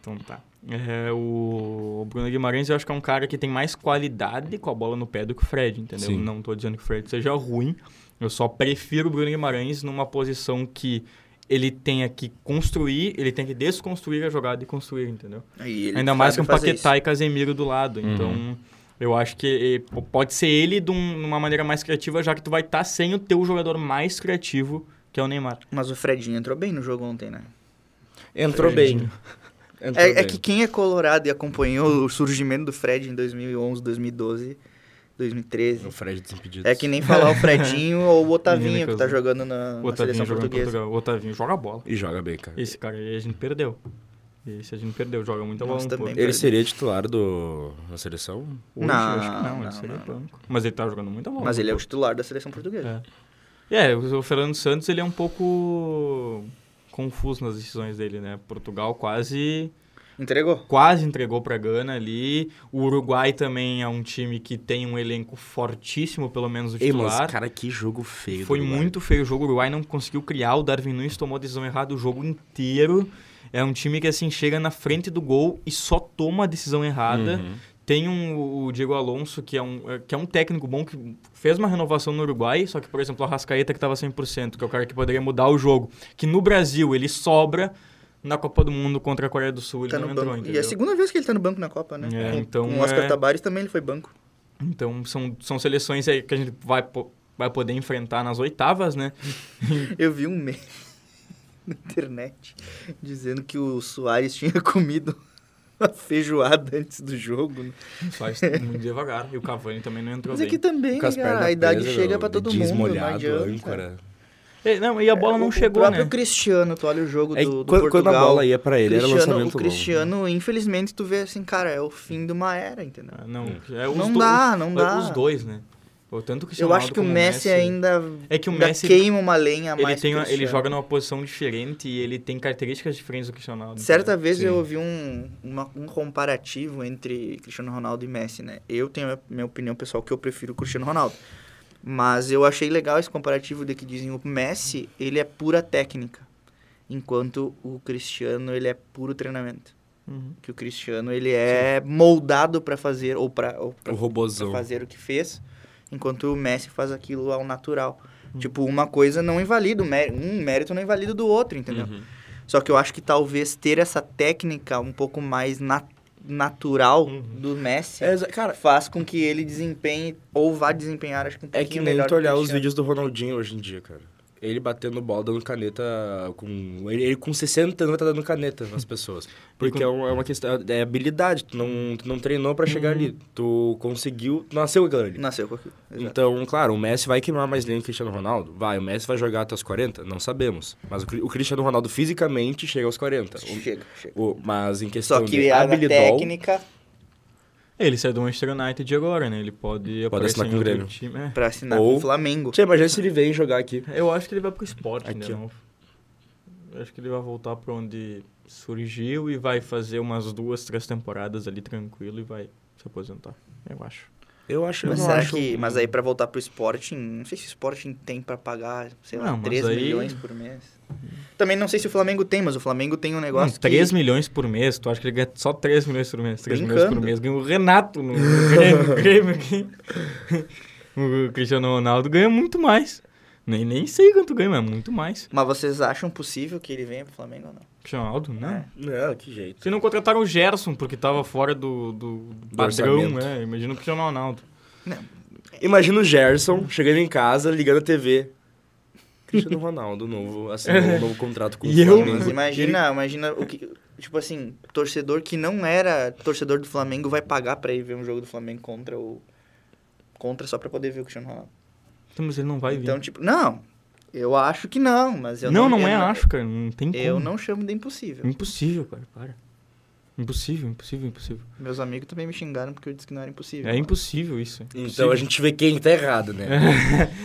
S2: Então tá. É, o o Bruno Guimarães eu acho que é um cara que tem mais qualidade com a bola no pé do que o Fred, entendeu?
S4: Sim.
S2: Não tô dizendo que o Fred seja ruim. Eu só prefiro o Bruno Guimarães numa posição que ele tenha que construir, ele tem que desconstruir a jogada e construir, entendeu?
S1: Aí ele
S2: Ainda mais com
S1: sabe
S2: um
S1: fazer
S2: Paquetá e Casemiro do lado. Então, eu acho que eh, p- pode ser ele de um- uma maneira mais criativa, já que tu vai estar sem o teu jogador mais criativo, que é o Neymar.
S1: isso. Mas o Fredinho entrou bem no jogo ontem, né?
S4: Entrou bem. Entrou
S1: É, é
S2: tá
S4: bem.
S1: que quem é colorado e acompanhou o surgimento do Fred em 2011, 2012, 2013,
S4: O Fred desimpedido.
S1: É que nem falar o Fredinho
S2: [laughs]
S1: ou o Otavinho, que tá
S2: Menino,
S1: jogando na, na
S2: O Otavinho
S1: seleção
S2: joga em
S1: portuguesa.
S2: Portugal. O Otavinho joga bola.
S4: E joga bem, cara.
S2: Esse cara aí a gente perdeu. Esse a gente perdeu, joga muito bola.
S1: Nós
S2: um
S1: também
S2: pouco.
S4: Ele seria titular do, da seleção?
S2: Hoje,
S1: Não,
S2: acho que não,
S1: não,
S2: ele seria
S1: não,
S2: banco. Mas ele tá jogando muita bola.
S1: Mas ele é o titular da seleção portuguesa.
S2: É, o o Fernando Santos ele é um pouco confuso nas decisões dele, né? Portugal quase
S1: Entregou.
S2: quase entregou para Gana ali. O Uruguai também é um time que tem um elenco fortíssimo, pelo menos o
S4: Ei, mas,
S2: titular.
S4: cara, que jogo feio. do
S2: Foi
S4: Uruguai.
S2: muito feio o jogo. O Uruguai não conseguiu criar. O Darwin Nunes tomou a decisão errada o jogo inteiro. É um time que assim chega na frente do gol e só toma a decisão errada.
S1: Uhum.
S4: Uhum.
S2: Tem um, o Diego Alonso, que é, um, é- que é um técnico bom, que fez uma renovação no Uruguai, só que, por exemplo, o Arrascaeta, que estava 100%, que é o cara que poderia mudar o jogo, que no Brasil ele sobra, na Copa do Mundo contra a Coreia do Sul,
S1: Tá
S2: ele
S1: no
S2: não entrou,
S1: banco. E é
S2: entendeu?
S1: a segunda vez que ele tá no banco na Copa, né?
S2: É,
S1: Com-
S2: então
S1: Com o Oscar
S2: é-
S1: Tabares também ele foi banco.
S2: Então, são, são seleções aí que a gente vai, po- vai poder enfrentar nas oitavas, né?
S1: Eu vi um meme [laughs] na internet dizendo que o Soares tinha comido [laughs] a feijoada antes do jogo. né?
S2: Faz
S1: [laughs]
S2: muito devagar. E o Cavani também não entrou
S1: Mas é
S2: bem.
S1: aqui também, cara, a idade chega pra todo mundo, não adianta.
S2: E, É, não, e a bola não
S1: É, o
S2: chegou,
S1: próprio
S2: né?
S1: Cristiano, tu olha o jogo
S4: É,
S1: do, do
S4: quando, quando
S1: Portugal.
S4: a bola ia pra ele, era
S1: Cristiano-
S4: lançamento
S1: O Cristiano,
S2: né?
S1: infelizmente, tu vê assim, cara, é o fim de uma era, entendeu?
S2: Ah, Não, é os
S1: Não
S2: do-
S1: dá, não
S2: os-
S1: dá.
S2: Os dois, né? Ou Tanto o Cristiano
S1: Eu acho
S2: Ronaldo
S1: que o
S2: como
S1: Messi ainda,
S2: É que o
S1: ainda
S2: Messi,
S1: queima uma lenha a mais
S2: ele, tem,
S1: que o
S2: ele
S1: Cristiano.
S2: joga numa posição diferente e ele tem características diferentes do Cristiano Ronaldo.
S1: Certa vez
S4: Sim.
S1: eu ouvi um, uma- um comparativo entre Cristiano Ronaldo e Messi, né? Eu tenho a minha opinião pessoal que eu prefiro o Cristiano Ronaldo. Mas eu achei legal esse comparativo de que dizem o Messi, ele é pura técnica. Enquanto o Cristiano, ele é puro treinamento.
S2: entendeu? Uhum.
S1: Que o Cristiano, ele é moldado pra fazer, ou pra, ou pra
S4: O
S1: pra
S4: robozão.
S1: fazer o que fez, enquanto o Messi faz aquilo ao natural.
S4: Uhum.
S1: Tipo, uma coisa não invalida, o mé- um mérito não invalida do outro, entendeu?
S4: Uhum.
S1: Só que eu acho que talvez ter essa técnica um pouco mais na- natural
S2: Uhum.
S1: do Messi
S4: É, exa- cara,
S1: faz com que ele desempenhe ou vá desempenhar, acho que um
S4: é
S1: pouquinho
S4: que nem
S1: melhor
S4: tu olhar
S1: que o
S4: os
S1: Cristiano.
S4: vídeos do Ronaldinho hoje em dia, cara. Ele batendo bola, dando caneta com... Ele, ele com 60 anos tá dando caneta nas pessoas. Porque
S2: com-
S4: é, um- é uma questão... É habilidade. Tu não, tu não treinou pra chegar ali. Tu conseguiu... tu Nasceu aquilo ali.
S1: Nasceu com aquilo. exato.
S4: Então, claro, o Messi vai queimar mais lenha que o Cristiano Ronaldo? Vai, o Messi vai jogar até os 40? Não sabemos. Mas o, Cri- o Cristiano Ronaldo fisicamente chega aos 40. O-
S1: Chega, chega.
S4: o- mas em questão
S1: Só que
S4: de
S1: a
S4: habilidol,
S1: técnica
S2: Ele saiu do Manchester United agora, né? Ele pode, aparecer
S4: assinar
S2: em
S4: com o
S2: outro
S4: Grêmio.
S2: time. é.
S1: pra assinar
S4: Ou-
S1: com o Flamengo.
S4: Tchê, imagina se ele vem jogar aqui.
S2: Eu acho que ele vai pro esporte,
S4: Aqui,
S2: né? Não. Eu acho que ele vai voltar pra onde surgiu e vai fazer umas duas, três temporadas ali tranquilo e vai se aposentar. Eu acho.
S4: Eu acho, eu
S1: Mas,
S4: não
S1: será
S4: acho
S1: que,
S4: um-
S1: mas aí pra voltar pro Sporting, não sei se o Sporting tem pra pagar, sei lá,
S2: Não, mas
S1: 3
S2: aí-
S1: milhões por mês. Também não sei se o Flamengo tem, mas o Flamengo tem um
S2: Não,
S1: negócio que...
S2: 3 milhões por mês, tu acha que ele ganha só 3 milhões por mês? 3 milhões por
S1: Brincando.
S2: mês. Ganha o Renato no [laughs] no Grêmio, no Grêmio aqui. O Cristiano Ronaldo ganha muito mais. Nem, nem sei quanto ganha, mas muito mais.
S1: Mas vocês acham possível que ele venha pro Flamengo ou não? É.
S2: Cristiano Ronaldo, né?
S4: Não, que jeito.
S2: Se não contrataram o Gerson, porque tava fora do, do padrão,
S4: orçamento.
S2: é. Imagina o Cristiano Ronaldo.
S1: É.
S4: Imagina o Gerson chegando em casa, ligando a TV. Cristiano Ronaldo, novo, assinou um novo contrato com o
S2: [laughs] E eu?
S4: Flamengo.
S1: Mas imagina, imagina o que. Tipo assim, torcedor que não era torcedor do Flamengo vai pagar pra ir ver um jogo do Flamengo contra o. Contra só pra poder ver o Cristiano Ronaldo.
S2: Então, mas ele não vai vir.
S1: Então, tipo, não. Eu acho que não, mas eu
S2: não, não,
S1: eu
S2: é, acho, cara. Não tem como.
S1: Eu não chamo de impossível.
S2: Impossível, cara, para. Impossível, impossível, impossível.
S1: Meus amigos também me xingaram porque eu disse que não era impossível.
S2: É impossível isso. é
S4: Então a gente vê quem tá errado,
S2: [laughs]
S4: né?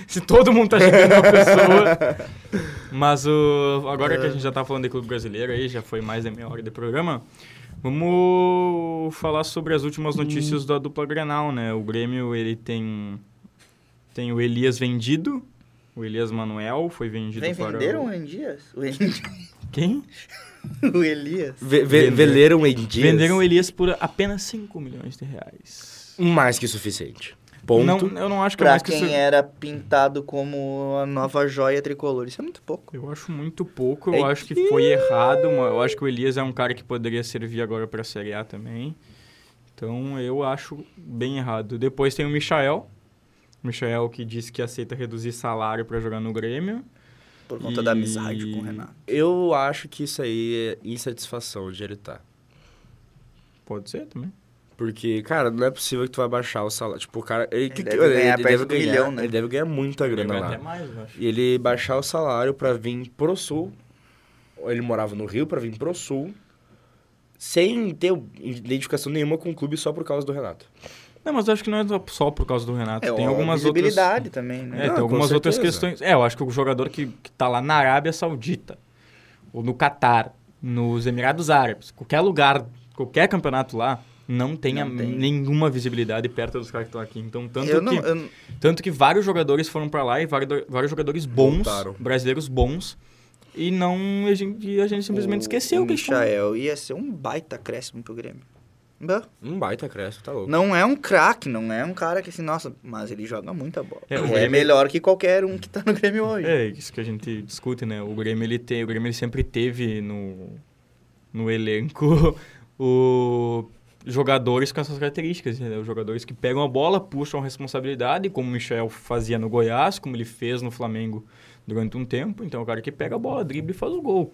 S2: Se todo mundo tá chegando a pessoa.
S1: [laughs]
S2: Mas o. Agora
S1: É.
S2: que a gente já tá falando de clube brasileiro aí, já foi mais da meia hora de programa. Vamos falar sobre as últimas
S1: Hum.
S2: notícias da dupla Grenal, né? O Grêmio, ele tem. Tem o Elias vendido. O Elias Manuel foi vendido
S1: Vem,
S2: para. o-
S1: venderam o Andias? O, Elias-
S2: Quem?
S1: [laughs] o Elias?
S4: Ve- ve-
S2: Vender.
S4: Veleram em dias.
S2: Venderam o Elias por apenas 5 milhões de reais.
S4: Mais que suficiente. Ponto.
S2: Não, eu não acho que é
S1: Pra
S2: mais que
S1: quem
S2: isso.
S1: era pintado como a nova joia tricolor. Isso é muito pouco.
S2: Eu acho muito pouco, eu
S4: É
S2: acho que...
S4: que-
S2: foi errado. uma- Eu acho que o Elias é um cara que poderia servir agora pra Série A também. Então eu acho bem errado. Depois tem o Michael. O Michael que disse que aceita reduzir salário pra jogar no Grêmio.
S1: Por conta da
S2: E-
S1: amizade com o Renato.
S4: Eu acho que isso aí é insatisfação de ele tá.
S2: Pode ser também.
S4: Porque, cara, não é possível que tu vai baixar o salário. Tipo, o cara. Ele, que-
S1: deve ganhar perto do
S4: ganhar-
S1: milhão, né?
S4: ele deve ganhar muita grana
S2: Vai
S4: lá.
S2: até mais, eu acho.
S4: E ele baixar o salário pra vir pro sul. Ele morava no Rio pra vir pro sul. Sem ter identificação nenhuma com o clube só por causa do Renato.
S2: Não, mas eu acho que não é só por causa do Renato. tem
S1: É, ó,
S2: algumas outras.
S1: visibilidade também,
S2: É,
S1: né?
S4: Não,
S2: tem
S4: com
S2: algumas outras
S4: certeza.
S2: questões. É, eu acho que o jogador que, que tá lá na Arábia Saudita, ou no Catar, nos Emirados Árabes, qualquer lugar, qualquer campeonato lá, não tem, a-
S1: Não tem.
S2: nenhuma visibilidade perto dos caras que estão aqui. Então, tanto,
S1: eu
S2: que,
S1: não, eu-
S2: tanto que vários jogadores foram pra lá e vários, vários jogadores bons,
S4: Voltaram.
S2: brasileiros bons, e não a gente, e a gente tá simplesmente esqueceu
S1: o
S2: que eles foram.
S1: Michael ia ser um baita acréscimo pro Grêmio. Bah.
S4: Um baita cresce, tá louco.
S1: Não é um craque, não é um cara que assim, nossa, mas ele joga muita bola.
S2: É,
S1: É,
S2: o Grêmio-
S1: melhor que qualquer um que tá no Grêmio hoje.
S2: É isso que a gente discute, né? O Grêmio ele tem, o Grêmio ele sempre teve no no elenco [laughs] o jogadores com essas características, entendeu? Jogadores que pegam a bola, puxam a responsabilidade, como o Michel fazia no Goiás, como ele fez no Flamengo durante um tempo. Então, é o cara que pega a bola, dribla e faz o gol.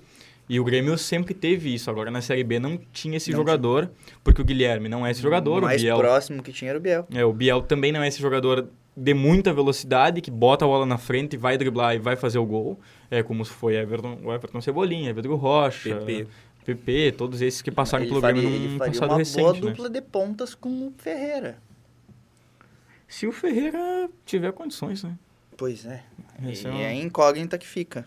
S2: E o Grêmio sempre teve isso. Agora, na Série B, não tinha esse jogador, porque o Guilherme não é esse jogador.
S1: o mais
S2: o Biel
S1: próximo que tinha era o Biel.
S2: é, o Biel também não é esse jogador de muita velocidade, que bota a bola na frente, vai driblar e vai fazer o gol. É como se foi Everton, o Everton Cebolinha, Everton Rocha,
S4: PP.
S2: PP, todos esses que passaram
S1: ele
S2: pelo
S1: faria,
S2: Grêmio
S1: ele
S2: num
S1: faria
S2: passado
S1: uma boa
S2: recente. né?
S1: dupla de pontas com o Ferreira.
S2: Se o Ferreira tiver condições, né?
S1: Pois é.
S2: Esse
S1: E
S2: é um-
S1: é a incógnita que fica.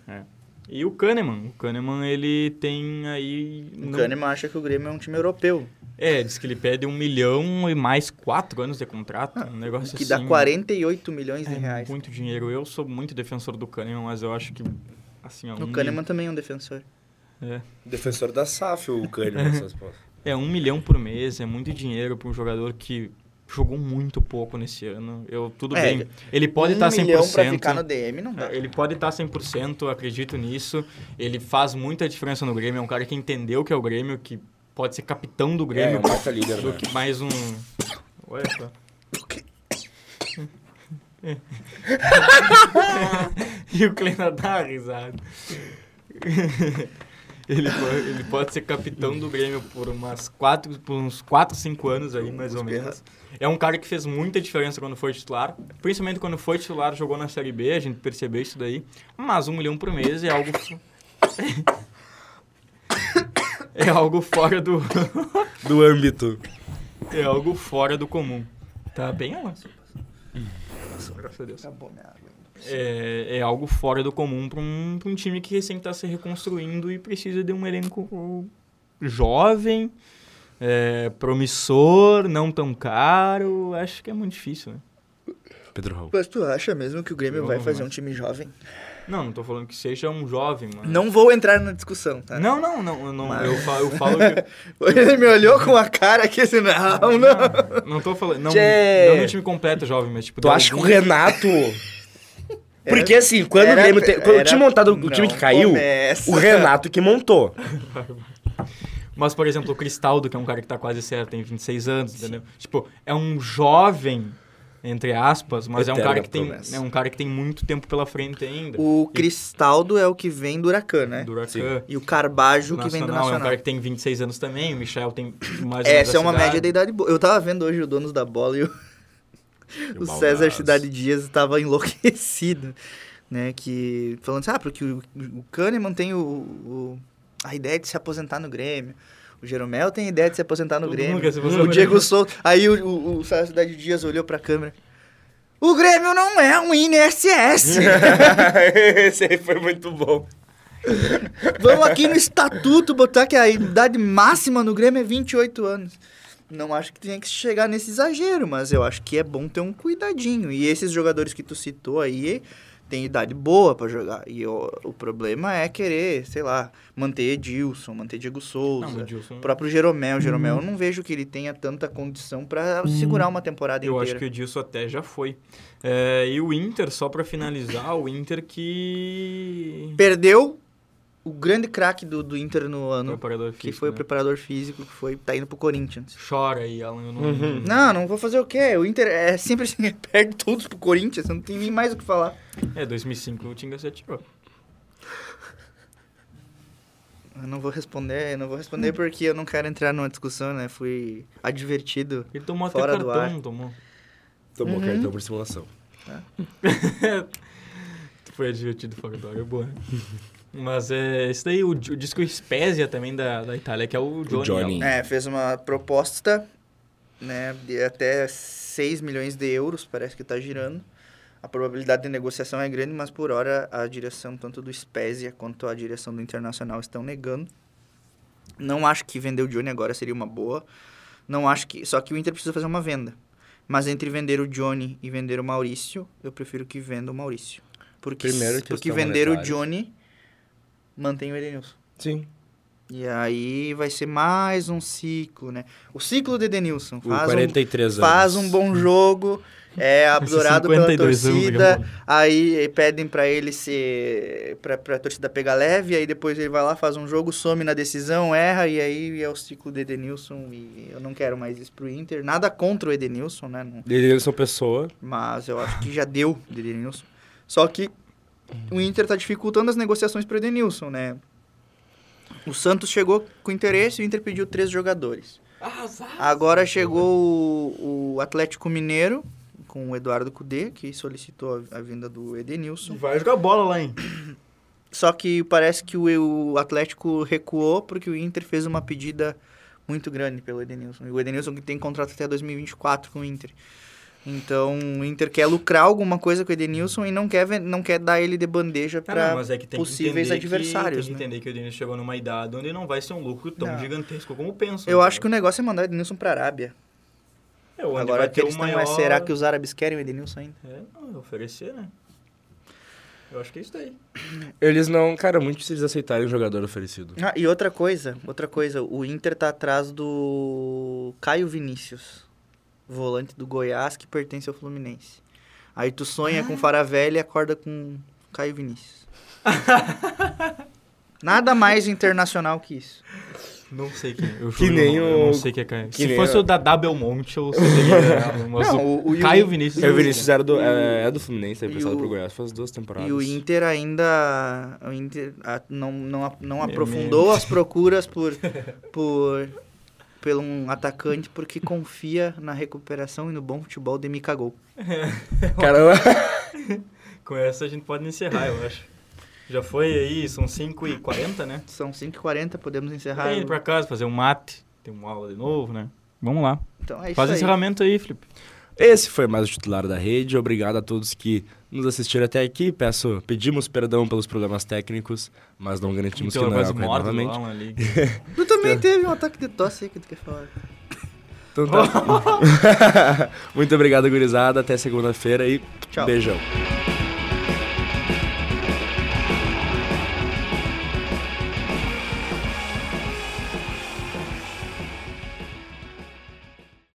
S2: E o Kahneman. O Kahneman, ele tem aí...
S1: O
S2: não-
S1: Kahneman acha que o Grêmio é um time europeu,
S2: É, diz que ele pede um milhão e mais quatro anos de contrato. um negócio
S1: Ah, que
S2: assim.
S1: dá 48 milhões de
S2: é
S1: reais.
S2: muito dinheiro. Eu sou muito defensor do Kahneman, mas eu acho que... Assim, ó, um
S1: O
S2: mil-
S1: Kahneman também é um defensor.
S4: Defensor da SAF, o [laughs] Kahneman. essas porra.
S2: É um milhão por mês, é muito dinheiro para um jogador que jogou muito pouco nesse ano. Eu tudo
S1: É,
S2: bem. Ele pode tá
S1: um
S2: estar
S1: milhão pra
S2: 100%.
S1: ficar no DM não dá.
S2: é, Ele pode estar 100%, eu acredito nisso. Ele faz muita diferença no Grêmio, é um cara que entendeu o que é o Grêmio, que pode ser capitão do
S4: É,
S2: Grêmio,
S4: o Mata líder,
S2: do
S4: né?
S2: que mais um Ué, tá. [laughs] e o Kleina dá uma risada. ele, pode, ele pode ser capitão do Grêmio por, umas quatro, por uns 4, 5 anos aí, mais ou menos. É um cara que fez muita diferença quando foi titular. Principalmente quando foi titular, jogou na Série B, a gente percebeu isso daí. Mas um milhão por mês é algo... [laughs] é algo fora do...
S4: Do âmbito.
S2: é algo fora do comum. Tá bem alto. Graças a Deus.
S1: Acabou minha água.
S2: É, é algo fora do comum para um, pra um time que recém está se reconstruindo e precisa de um elenco jovem, é, promissor, não tão caro. Acho que é muito difícil, né?
S4: Pedro Raul.
S1: Mas tu acha mesmo que o Grêmio
S2: Não,
S1: vai
S2: não
S1: fazer
S2: vai.
S1: um time jovem?
S2: Não, não tô falando que seja um jovem, mas...
S1: Não vou entrar na discussão, tá?
S2: Não, não, não, eu não,
S1: Mas-
S2: eu falo, eu falo
S4: [laughs]
S2: que...
S1: [laughs] Ele me olhou com a cara aqui assim, não, não.
S2: Não, não tô falando... Não,
S1: Tchê.
S2: não no time completo jovem, mas tipo...
S4: Tu
S2: de
S4: acha que o
S1: [laughs]
S2: algum-
S4: Renato... Porque assim, quando
S1: Era-
S4: o Grêmio... te- Quando o
S1: era-
S4: time montado, o time
S1: não
S4: que caiu,
S1: começa.
S4: o Renato que
S1: [laughs]
S4: montou.
S2: Mas, por exemplo, o Cristaldo, que é um cara que tá quase certo, tem 26 anos, entendeu? Tipo, é um jovem, entre aspas, mas é um,
S4: Eterna
S2: cara que tem,
S4: promessa.
S2: é um cara que tem muito tempo pela frente ainda.
S1: O Cristaldo é o que vem do Huracan, né?
S2: do Huracan.
S4: Sim.
S1: E o Carbajo que vem do
S2: Nacional, é um
S1: Nacional.
S2: cara que tem 26 anos também, o Michel tem mais ou menos
S1: Essa é
S2: a
S1: uma
S2: cidade.
S1: média da idade boa. Eu tava vendo hoje o Donos da Bola e o,
S2: um
S1: o
S4: Baldasso.
S1: César Cidade [laughs] Dias estava enlouquecido, né? Que, falando assim, ah, porque o, o Kahneman tem o, o- a ideia de se aposentar no Grêmio. O Jeromel tem a ideia de se aposentar no
S2: Todo
S1: Grêmio.
S2: mundo quer se aposentar
S1: o
S2: no
S1: Diego
S2: Grêmio.
S1: Souto. Aí o, o, o César Cidade Dias olhou pra câmera. O Grêmio não é um INSS.
S4: [laughs] Esse aí foi muito bom.
S1: Vamos aqui no estatuto botar que a idade máxima no Grêmio é 28 anos. Não acho que tenha que chegar nesse exagero, mas eu acho que é bom ter um cuidadinho. E esses jogadores que tu citou aí têm idade boa pra jogar. E o, o problema é querer, sei lá, manter Edilson, manter Diego Souza.
S2: Não, Hum. o Edilson.
S1: o próprio Jeromel, Jeromel, eu não vejo que ele tenha tanta condição pra segurar uma temporada
S2: Hum. Eu acho
S1: inteira.
S2: que o Edilson até já foi. É, e o Inter, só pra finalizar, o Inter que...
S1: Perdeu o grande craque do, do Inter no ano,
S2: Preparador
S1: que
S2: físico,
S1: foi o
S2: né?
S1: preparador físico, que foi, tá indo pro Corinthians.
S2: Chora aí, Alan, eu não...
S1: Uhum. Não, não vou fazer o quê? O Inter é sempre assim, [laughs] perde todos pro Corinthians, não tem nem mais o que falar.
S2: É, 2005 o Tinga se atirou.
S1: Eu não vou responder, eu não vou responder porque eu não quero entrar numa discussão, né? Fui advertido.
S2: Ele tomou até
S1: Fora do
S2: cartão, tomou.
S4: Tomou
S1: Uhum.
S4: cartão por simulação.
S2: [laughs] Foi divertido fora do ar, é boa. Mas é, esse daí, o, o disco Spezia também da, da Itália, que é o Johnny.
S4: Johnny.
S2: Allen.
S1: É, fez uma proposta, né, de até 6 milhões de euros, parece que tá girando. A probabilidade de negociação é grande, mas por hora a direção tanto do Spezia quanto a direção do Internacional estão negando. Não acho que vender o Johnny agora seria uma boa. Não acho que, só que o Inter precisa fazer uma venda. Mas entre vender o Johnny e vender o Maurício, eu prefiro que venda o Maurício. Porque,
S4: Primeiro,
S1: porque
S4: questão
S1: vender o
S4: monetária.
S1: Johnny mantém o Edenilson.
S4: Sim.
S1: E aí vai ser mais um ciclo, né? O ciclo de Denilson.
S4: O
S1: Faz,
S4: 43
S1: um,
S4: anos.
S1: faz um bom jogo,
S4: [laughs]
S1: é
S2: ser
S1: adorado pela
S2: 52 anos daqui a
S1: torcida.
S2: pouco.
S1: Aí pedem pra ele se. Pra, pra torcida pegar leve, aí depois ele vai lá, faz um jogo, some na decisão, erra, e aí é o ciclo de Edenilson. E eu não quero mais isso pro Inter. Nada contra o Edenilson, né? Não-
S4: Denilson Pessoa.
S1: mas eu acho que já deu de Edenilson. Só que o Inter tá dificultando as negociações pro Edenilson, né? O Santos chegou com interesse e o Inter pediu três jogadores. Agora chegou o, o Atlético Mineiro com o Eduardo Cudê, que solicitou a, a vinda do Edenilson.
S2: Vai jogar bola lá, hein?
S1: Só que parece que o, o Atlético recuou porque o Inter fez uma pedida muito grande pelo Edenilson. E o Edenilson que tem contrato até 2024 com o Inter. Então o Inter quer lucrar alguma coisa com o Edenilson e não quer, ven- não quer dar ele de bandeja
S2: Cara,
S1: para
S2: mas é que tem
S1: possíveis
S2: que entender
S1: adversários,
S2: Que, tem
S1: né?
S2: que entender que o Denis chegou numa idade onde não vai ser um lucro tão
S1: Não.
S2: gigantesco como pensam.
S1: Eu acho que o negócio é mandar o Edenilson para Arábia.
S2: é, assim, onde
S1: Agora
S2: vai
S1: que
S2: ter
S1: eles
S2: o
S1: estão
S2: maior...
S1: é, será que os árabes querem o Edenilson ainda?
S2: É, não, é oferecer, né? Eu acho que é isso daí.
S4: Eles não. Cara, é muito difícil eles aceitarem um jogador oferecido.
S1: Ah, e outra coisa, outra coisa, o Inter tá atrás do Caio Vinícius, volante do Goiás que pertence ao Fluminense. Aí tu sonha com Faravelli e acorda com Caio Vinícius. [laughs] Nada mais internacional que isso.
S2: Não sei quem. Eu
S4: Que
S2: juro,
S4: nem
S2: eu não, eu
S4: o-
S2: não sei quem é Caio.
S4: que
S2: Se
S4: nem
S2: fosse
S4: o-
S2: o Dadá Belmonte, eu
S4: [laughs]
S2: seria. mas
S1: Não,
S2: o,
S1: o- o-
S2: Caio Vinícius.
S4: É o Vinícius era do, é, é do Fluminense, é
S1: E
S4: emprestado
S1: o-
S4: pro Goiás faz duas temporadas.
S1: E o Inter ainda o Inter, ah, não, não, a- não
S2: Meu
S1: aprofundou as procuras por, por, por um atacante porque confia na recuperação e no bom futebol de Mikagol.
S4: Caramba.
S2: Com essa a gente pode encerrar, eu acho. Já foi aí, são 5h40, né?
S1: São 5h40, podemos encerrar.
S2: Vem
S1: o-
S2: pra casa fazer um mate, ter uma aula de novo, né? Vamos lá.
S1: Então é isso
S2: Faz o
S1: aí.
S2: encerramento aí, Felipe.
S4: [laughs] Esse foi mais o titular da rede. Obrigado a todos que nos assistiram até aqui. Peço, pedimos perdão pelos problemas técnicos, mas não garantimos que
S2: Pelo
S4: não vai
S2: menos
S4: ocorrer
S2: Então morto
S4: novamente.
S2: lá, um ali.
S1: Tu também teve um ataque de tosse aí que tu quer falar.
S4: Então [laughs] tá. Muito obrigado, gurizada. Até segunda-feira e
S1: Tchau.
S4: beijão.